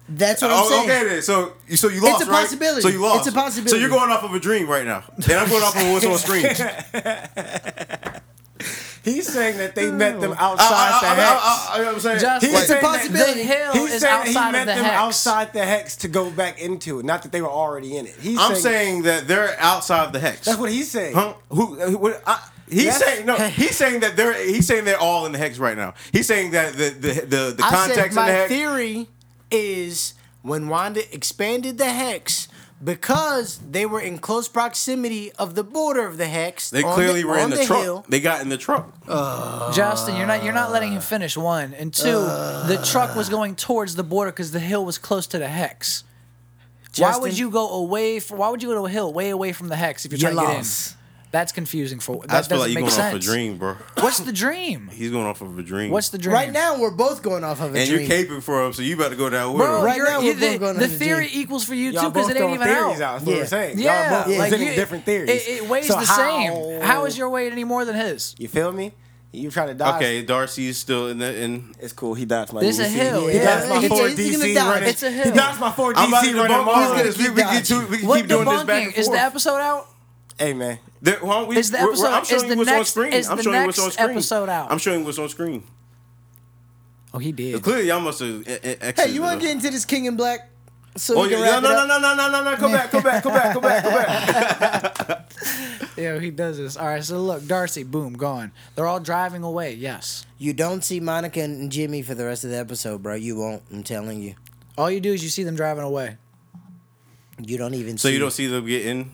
That's what I'm Oh, saying. okay then. So you so you lost. a right? possibility. So you lost. It's a possibility. So you're going off of a dream right now, and I'm going off of what's on screen. [laughs] He's saying that they met them I, outside the hex. am saying Just He's like, saying the that possibility. the hill He's is saying that outside he of met the them hex. outside the hex to go back into it. Not that they were already in it. He's I'm saying that they're outside the hex. that's what he's saying. Huh? Who? who what, I, he's Yes. saying no. He's saying that they're. He's saying they're all in the hex right now. He's saying that the the the, the I said context in my the hex. theory is when Wanda expanded the hex, because they were in close proximity of the border of the hex. They on the- clearly were in on the, truck. hill. They got in the truck. Oh, Justin, you're not you're not letting him finish one and two. the truck was going towards the border because the hill was close to the hex. why would Justin? you go away? From, why would you go to a hill way away from the hex if you're You trying lost. to get in? That's confusing for that I just doesn't feel like you're make going sense. off a dream, bro. What's the [laughs] dream? He's going off of a dream. What's the dream? Right now, we're both going off of a and dream. you're caping for him, so you better go down with bro. him. Right you're, now, you- we're both the, going the off a theory dream. equals for you too Y'all because both it throwing ain't even theories out. out. That's what Yeah. I'm saying. Yeah, Y'all both like, presenting you- different theories. It, it weighs So the same. How is your weight any more than his? You feel me? You trying to dodge? Okay, Darcy's still in the in. It's cool. He dodged my. There's a UC. hill. Yeah, Yeah. that's my he's- four he's gonna DC die. running. It's a hill. He does my four I'm about to DC running. debunk model. this. keep We, we, get dodging. to, we What keep doing this back debunking? and Is the forth. episode out? Hey man, There, why don't we, Is the we're- we're- episode- I'm showing is you the what's on next- screen. is I'm the showing you what's next on screen. episode out? I'm showing you what's on screen. Oh, he did. Clearly, y'all must have. e-, hey, you want to get into this King in Black? So Oh, we yeah, can no, no, wrap it no, up? no, no, no, no, no. Come back, come back, come back, come back, come back. Yeah, he does this. All right, so look, Darcy, boom, gone. They're all driving away. Yes. You don't see Monica and Jimmy for the rest of the episode, bro. You won't. I'm telling you. All you do is you see them driving away. You don't even. So see you don't see them get in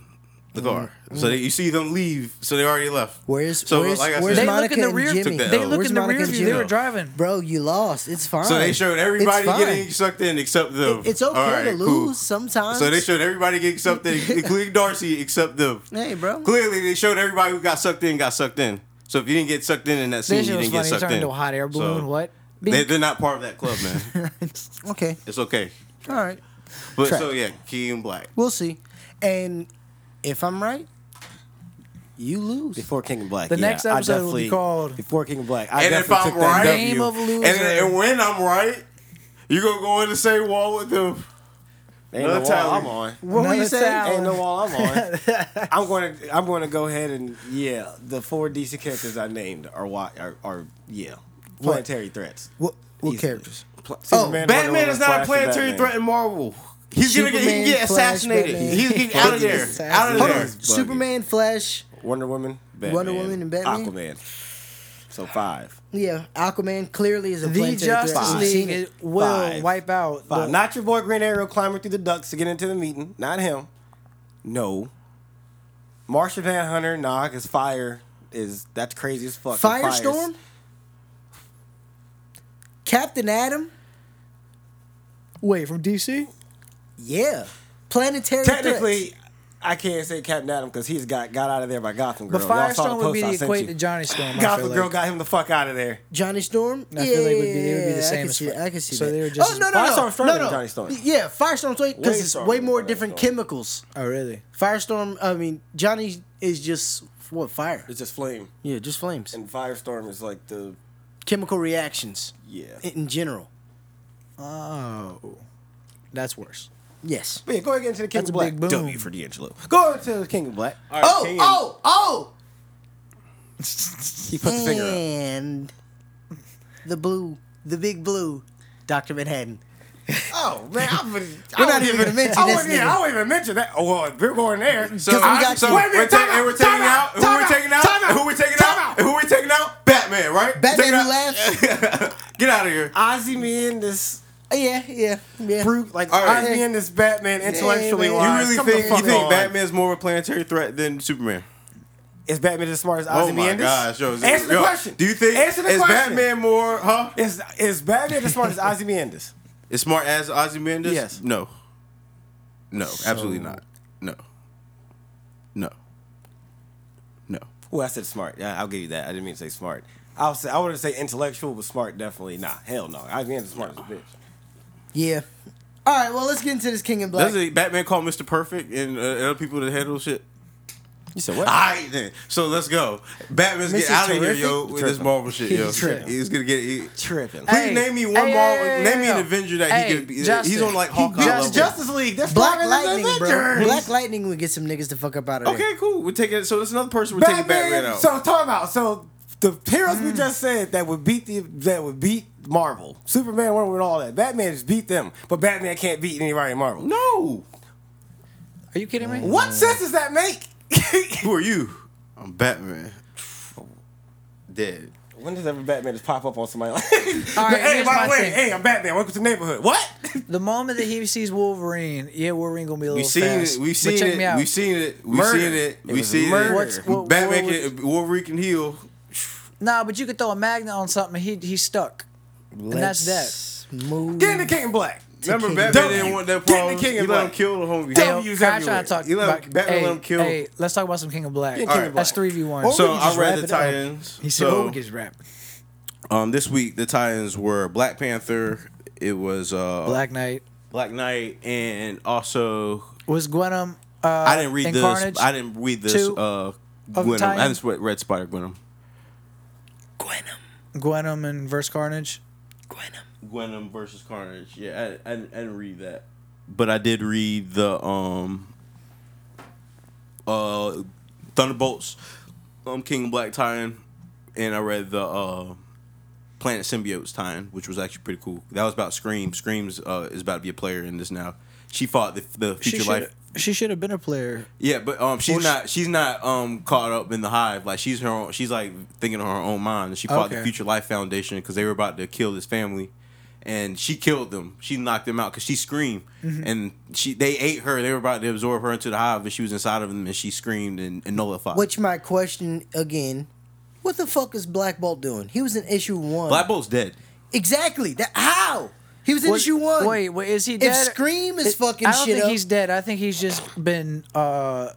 the car. Mm-hmm. So they, you see them leave. So they already left. Where's So, where's, like I where's said- They Monica look in the and rear. Jimmy? They look Where's in the Monica rear and view. They Jimmy? were driving. Bro, you lost. It's fine. So they showed It's everybody fine. getting sucked in except them. It- It's okay All right, to lose cool. sometimes. So they showed everybody getting sucked in, [laughs] including Darcy, except them. Hey, bro. Clearly, they showed everybody who got sucked in got sucked in. So if you didn't get sucked in in that scene, This you shit was didn't get funny. It sucked turned in. into a hot air balloon. So what? They, they're not part of that club, man. [laughs] Okay. it's okay. All right. But Track. so yeah, Keegan Black. We'll see. And if I'm right, you lose. before King and Black. The yeah, next I episode will be definitely- called- Before King and Black. I And if definitely I'm took that right, W. Name of a and, loser. and when I'm right, you gonna go in the same wall with them. Ain't no Another wall tally. I'm on. What were you Another saying? tally. Ain't no wall I'm on. I'm going to. I'm going to go ahead and yeah. The four DC characters I named are why are, are yeah planetary threats. What, what Easily. characters? Pla- Batman, Batman Wonder Woman, is not a Flash, and planetary Batman. threat in Marvel. He's gonna get, he Superman, can get Flash, assassinated. Batman. He's getting out of Fucking there. assassin. Out of Hold there. on. Bugging. Superman, Flash, Wonder Woman, Batman, Wonder Woman and Batman? Aquaman. So five. yeah, Aquaman clearly is a The planetary Justice threat. We've seen League it. it will Five. wipe out. Five. the- Not your boy Green Arrow climbing through the ducks to get into the meeting. Not him. No. Martian Manhunter, nah, because fire is that's crazy as fuck. And fire's- Firestorm, Captain Atom, Wait, from DC? yeah, planetary. Technically, I can't say Captain Adam because he's got got out of there by Gotham Girl. But Y'all saw Firestorm would post be I the sent equate you. to Johnny Storm. I Gotham feel Girl like. got him the fuck out of there. Johnny Storm. I feel like it would be- they would be the Yeah, same I can as see, Fire- it, I can see so it. they were just oh as- no no no Firestorm's stronger no, than no. Johnny Storm. Yeah, Firestorm's because Way it's stronger way than more Johnny different Storm. chemicals. Oh, really? Firestorm. I mean, Johnny is just what fire. It's just flame, Yeah, just flames. and Firestorm is like the chemical reactions yeah. in- in general. Oh. That's worse. Yes. But yeah, go ahead and get into the King That's of a Black. big boom. W for D'Angelo. Go into the King of Black. All right, Oh Keegan- oh oh! He put the finger up. And the blue, the big blue, Doctor Manhattan. Oh, Oh man, I'm gonna, We're not even gonna mention oh, I this. wouldn't, yeah, I Nigga. wouldn't even mention that. Oh, well, if we're going there. So, 'Cause we I- got- so Wait a minute, we're, ta- time and we're out, taking time out, out, who we're time taking out, out, time out, who we're taking time out, out. who we're taking out, Batman, right? Batman Taking out- who laughs. [laughs] Get out of here. Ozzy me in this yeah yeah yeah. brute, like All right. Ozzy me in this Batman intellectually man. wise. You really Come the think you fuck think on. Batman's more of a planetary threat than Superman? is Batman as smart as Ozzy Oh my Meandis? gosh, yo, Answer the yo, question. Do you think Answer the is question. Batman more huh? Is is Batman as [laughs] smart as Ozzy Meandis? As smart as Ozymandias? Yes. No. No, absolutely not. No. No. No. Well, I said smart. Yeah, I'll give you that. I didn't mean to say smart. I'll say I wanted to say intellectual, but smart definitely nah. Hell no. Ozzy Meandis is smart as a bitch. Yeah. All right. Well, let's get into this King and Black. Doesn't Batman call Mr. Perfect and uh, other people that handle shit? You said what? Alright then. So let's go. Batman's Mrs. get out of here, Terrific? yo, with this Tripping. Marvel shit, yo. He's tripping. He's gonna get. He, please tripping. Hey, name me one hey, Marvel. hey, hey, name me an hey. Avenger that Hey, he could be. Justin. He's on like He Hawkeye beat level. Justice League. That's Black Batman and Lightning, bro. Avengers. Black Lightning would get some niggas to fuck up out of there. Okay, cool. We're taking. So it's another person. We're Batman. taking Batman out. So talking about so the heroes we just said that would beat the that would beat Marvel, Superman, Wonder Woman, all that. Batman just beat them, but Batman can't beat anybody in Marvel. no. Are you kidding me? What sense does that make? Who are you? I'm Batman. Dead. [laughs] When does every Batman just pop up on somebody like All right, hey, here's by my the way, thing. hey, I'm Batman. Welcome to the neighborhood. What? [laughs] The moment that he sees Wolverine, yeah, Wolverine gonna be a little We've seen fast. it. We've but seen check Me it. out. We've seen it. We've Murder. seen it. We've was seen murder. What's- it. what- Batman what can. Wolverine can heal. Nah, but you could throw a magnet on something, he he's stuck. and that's that. Let's Move. Get in the King in Black. Remember, King Batman Black. didn't want that Get the problem. King He of let Black. him kill the homie. Damn. Yo, W's can I try everywhere. to talk You let about, him- Batman hey, let him kill- Hey, let's talk about some King of Black. Yeah, King That's of Black. three v one. Or So we can just I read wrap the it up. tie-ins. he said, "Oh, so we just rap." um, this week the tie-ins were Black Panther. It was uh, Black Knight Black Knight, and also was Gwenum. Uh, I didn't read in this. Carnage? I didn't read this. two Uh, the Gwenum. I tie-ins? haven't read- read Spider Gwenum. Gwenum and verse Carnage. Gwenum versus Carnage. Yeah, I, I, didn't- I didn't read that, but I did read the um uh Thunderbolts, um King of Black tie-in, and I read the uh Planet Symbiotes tie-in, which was actually pretty cool. That was about Scream. Scream's uh, is about to be a player in this now. She fought the, the She future should life. she should have been a player. Yeah, but um, she's Or she- not. She's not um caught up in the hive. Like she's her. Own, she's like thinking on her own mind. She fought Okay. the Future Life Foundation because they were about to kill this family, and she killed them. She knocked them out because she screamed, Mm-hmm. and she they ate her. They were about to absorb her into the hive, but she was inside of them, and she screamed and, and nullified. Which my question again. What the fuck is Black Bolt doing? He was in issue one. Black Bolt's dead. Exactly. That how? He was in Was- issue one. Wait, wait, is he dead? Scream is fucking I don't shit think up- he's dead. I think he's just been uh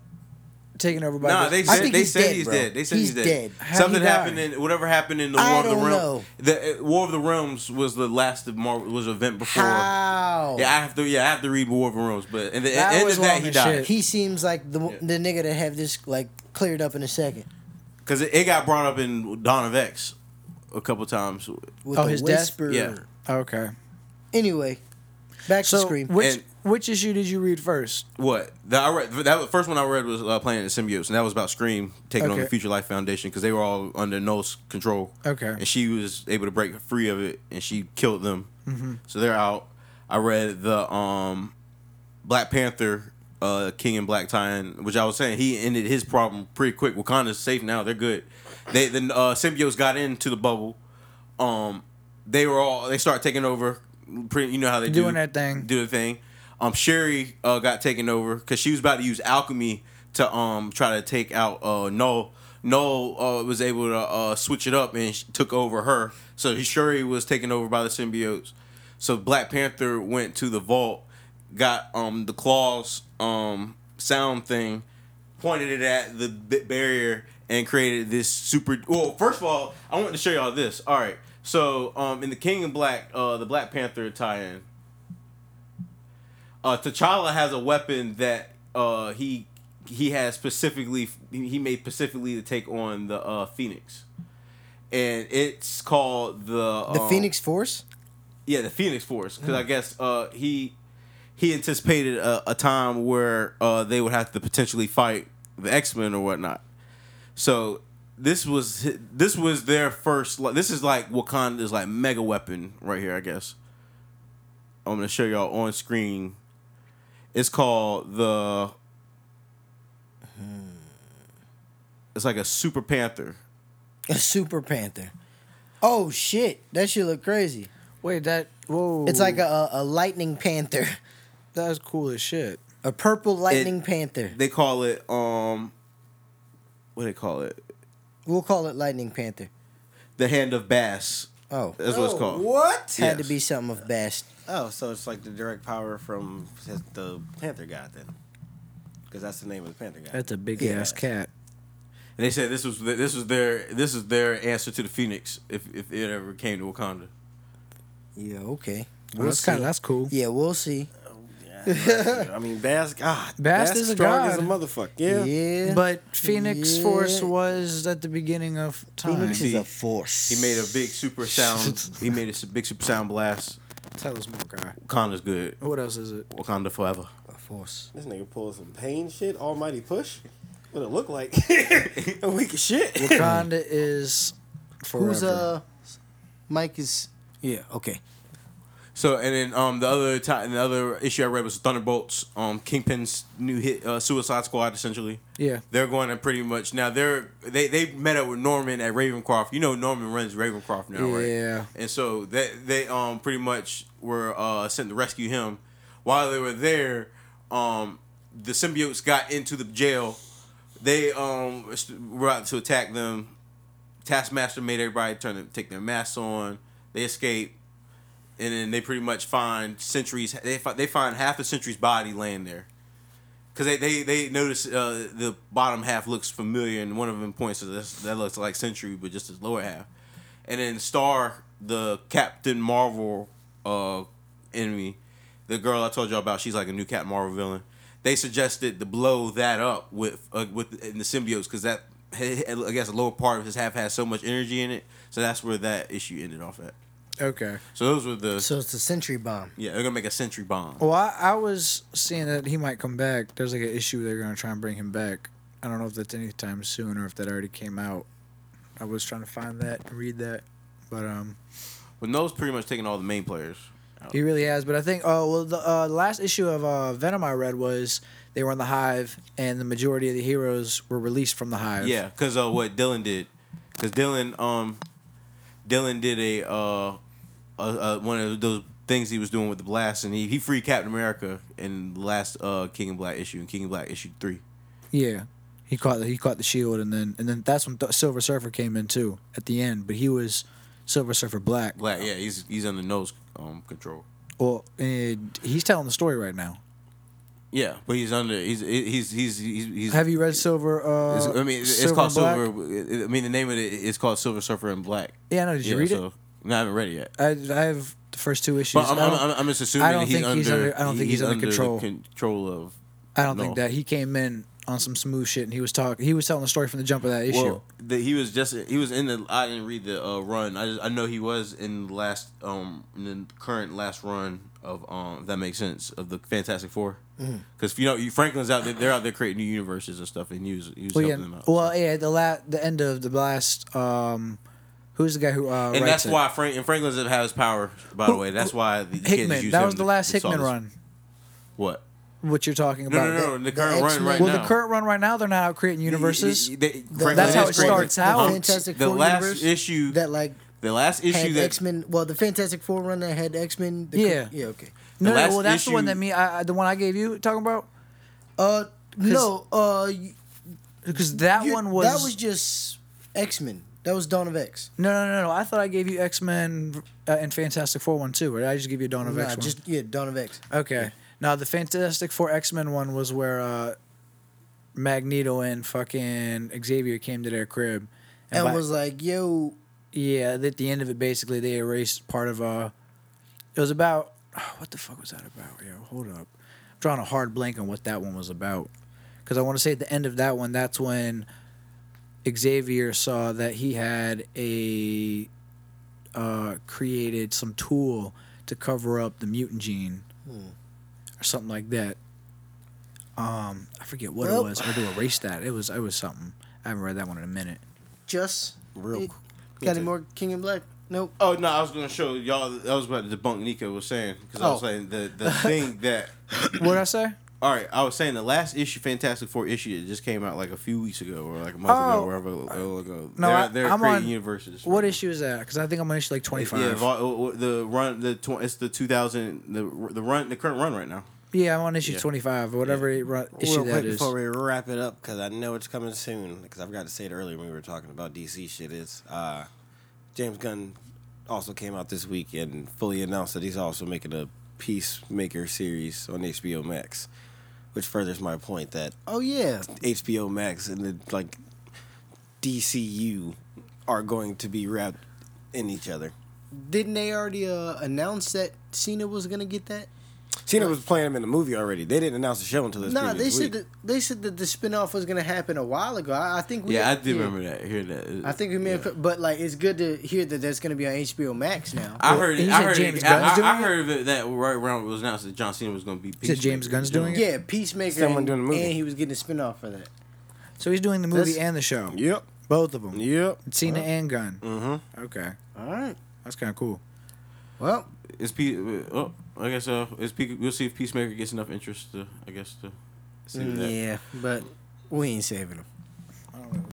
taken over by. Nah, this- they I said think they he's said dead, he's bro. dead. They said He's he's, dead. dead. How'd he Something die? happened in whatever happened in the I War of the don't Realms. know. The uh, War of the Realms was the last of Marvel was an event before. how? Yeah, I have to. Yeah, I have to read War of the Realms, but in the That end was of that, long he as died He seems like the the nigga that have this like cleared up in a second. because it, it got brought up in Dawn of X a couple times. With Oh, the his death? whisper. Yeah. okay. Anyway, back So to Scream. which And- which issue did you read first? What that I read? That was- first one I read was uh, Planet of Symbiotes, and that was about Scream taking on Okay. the Future Life Foundation because they were all under Null's control. Okay. and she was able to break free of it, and she killed them. Mm-hmm. So they're out. I read the um, Black Panther, uh, King and Black Titan, which I was saying he ended his problem pretty quick. Wakanda's safe now; they're good. They the uh, symbiotes got into the bubble. Um, they were all they start taking over. Pretty, you know how they Doing do, their thing. Do the thing. Um, Sherry uh, got taken over because she was about to use alchemy to um try to take out uh Null. Null uh, was able to uh, switch it up and sh- took over her. So Sherry was taken over by the symbiotes. So Black Panther went to the vault, got um the claws um sound thing, pointed it at the b- barrier and created this super. Well, first of all, I wanted to show y'all this. All right, so um in the King and Black, uh the Black Panther tie-in, uh T'Challa has a weapon that uh he he has specifically he he made specifically to take on the uh Phoenix. And it's called the the um, Phoenix Force. yeah, the Phoenix Force, because I guess uh, he he anticipated a, a time where uh, they would have to potentially fight the X Men or whatnot. So this was hi- this was their first. li- This is like Wakanda's like mega weapon right here. I guess I'm gonna show y'all on screen. It's called the. It's like a super panther. A Super Panther. Oh shit, that shit look crazy. Wait, that whoa. It's like a, a, a lightning panther, [laughs] that was cool as shit. a purple lightning panther. They call it um. What do they call it? We'll call it lightning panther. The Hand of Bass. Oh, That's what it's called. What? had to Yes. be something of best. Oh, so it's like the direct power from his- the Panther God then, because that's the name of the Panther God. That's a big Yeah. ass cat. And they said this was th- this was their this is their answer to the Phoenix if if it ever came to Wakanda. Yeah, okay. Well, that's kind of that's cool. Yeah, we'll see. [laughs] Yeah, I mean, Bass. God, Bast Bast is a strong god. as a motherfucker. Yeah. Yeah. But Phoenix Yeah. Force was at the beginning of time. Phoenix is He- a force. He made a big super sound. he made a s- big super sound blast. Tell us more, guy. Wakanda's good. What else is it? Wakanda forever. a force. This nigga pulled some pain shit. Almighty push. What it look like? [laughs] a weak as shit. [clears throat] Wakanda is forever. uh, Who's uh Mike is Yeah, okay. So and then um the other time the other issue I read was Thunderbolts, um Kingpin's new hit uh, Suicide Squad essentially. Yeah. They're going to pretty much now they're they they met up with Norman at Ravencroft. You know Norman runs Ravencroft now, right? Yeah. And so they they um pretty much were uh sent to rescue him. While they were there, um the symbiotes got into the jail. They um were out to attack them. Taskmaster made everybody turn to take their masks on. They escape, and then they pretty much find Century's. They find they find half of Century's body laying there, because they, they they notice uh, the bottom half looks familiar, and one of them points to this that looks like Century, but just his lower half. And then Star, the Captain Marvel uh, enemy, the girl I told you all about, she's like a new Captain Marvel villain. They suggested to blow that up with uh, with in the symbiotes because that I guess the lower part of his half has so much energy in it, so that's where that issue ended off at. Okay. So those were the So it's a century bomb. yeah they're gonna make a century bomb. Well, I, I was seeing that he might come back. There's like an issue they're gonna try and bring him back. I don't know if that's anytime soon or if that already came out. I was trying to find that and read that, but um, But Noah's pretty much taking all the main players. out. he really has. But I think oh well, the uh, the last issue of uh, Venom I read was they were in the Hive and the majority of the heroes were released from the Hive. Yeah, because uh, what Dylan did, because Dylan um, Dylan did a uh, uh, uh, one of those things he was doing with the blast, and he, he freed Captain America in the last uh King and Black issue, and King and Black issue three. Yeah, he caught the, he caught the shield, and then and then that's when th- Silver Surfer came in too at the end. But he was Silver Surfer Black. Black, yeah, he's he's under nose um control. Well, and he's telling the story right now. Yeah, but he's under he's he's he's he's. he's Have you read Silver? Uh, it's- I mean, it's Silver called Black? Silver. I mean, the name of it is called Silver Surfer and Black. Yeah, I know. Did you read it? it? No, I haven't read it yet. I, I have the first two issues. But I'm, I don't, I'm, I'm, I'm just assuming I don't he's, think under, he's under- I don't think he's under the control. control of. I don't no. think that he came in on some smooth shit, and he was talking. He was telling the story from the jump of that issue. Well, the, he was just he was in the. I didn't read the uh, run. I just I know he was in the last um in the current last run of um if that makes sense of the Fantastic Four Mm-hmm. because you know you Franklin's out there they're out there creating new universes and stuff and he was he was well, yeah, helping them out. well, yeah. The la- the end of the last. Um, who's the guy who? Uh, and writes that's it? why Frank and Franklin doesn't have his power. By the way, that's why the kids Hickman. use That him was the to- last to solve Hickman this- run. What? What you're talking No, about? no, no. That- The current run X-Men- right well, now. the current run right now, they're not out creating universes. They- they- Franklin that's how is it creating- starts out. Fantastic the Four last universe issue that like The last issue had that X Men. Well, the Fantastic Four run that had X Men. Yeah. yeah, okay. No, The no, last well, that's the one issue- that me, I, I- the one I gave you talking about, Uh, no, uh, you- because that you- one was, that was just X Men. That was Dawn of X. no, no, no, no. I thought I gave you X Men uh, and Fantastic Four one too, or did I just give you a Dawn of Nah, X one? just yeah, Dawn of X. okay. Now the Fantastic Four X Men one was where uh, Magneto and fucking Xavier came to their crib, And by- was like, yo, yeah, at the end of it, basically they erased part of uh, it was about [sighs] what the fuck was that about? Yo, hold up, I'm drawing a hard blank on what that one was about, because I want to say at the end of that one, that's when Xavier saw that he had a uh, created some tool to cover up the mutant gene or something like that. Um, I forget what Well- it was or to erase that. It was it was something. I haven't read that one in a minute. just Real it- quick. Got any more King and Black? Nope. Oh no, I was gonna show y'all. I was about to debunk Nico was saying because I was Oh. saying the [laughs] the thing that. What did I say? All right, I was saying the last issue, Fantastic Four issue, that just came out like a few weeks ago or like a month Oh. ago, wherever a little ago. No, they're, I- they're I'm creating on- universes. What issue is that? Because I think I'm on issue like 25. Yeah, Yeah, vol- oh, oh, the run, the tw- it's the two thousand, the the run, the current run right now. I'm on issue Yeah. 25 or whatever it ru- Real issue quick that is. before we wrap it up, because I know it's coming soon. Because I forgot to say it earlier when we were talking about DC shit. Is uh, James Gunn also came out this week and fully announced that he's also making a Peacemaker series on HBO Max, which furthers my point that Oh yeah. HBO Max and the like DCU are going to be wrapped in each other. Didn't they already uh, announce that Cena was gonna get that? Cena was playing him in the movie already. They didn't announce the show until this. Nah, they previous said week. that, they said that the spinoff was gonna happen a while ago. I, I think we Yeah, I do remember that. Hear that? I think we may have, but like it's good to hear that that's gonna be on HBO Max now. I heard. He I said heard. James I, Gunn's I- doing I it? heard that, that right around it was announced that John Cena was going to be. said James Peacemaker. Gunn's doing it? yeah, Peacemaker. Someone and, doing the movie. and he was getting a spinoff for that. So he's doing the movie That's- and the show. Yep. Both of them. Yep. Uh-huh. Cena and Gun. Mm-hmm. Okay. All right. That's kind of cool. Well, Is P? Oh, I guess uh, is P? We'll see if Peacemaker gets enough Mm, interest to, I guess to. See that. Yeah, but we ain't saving them.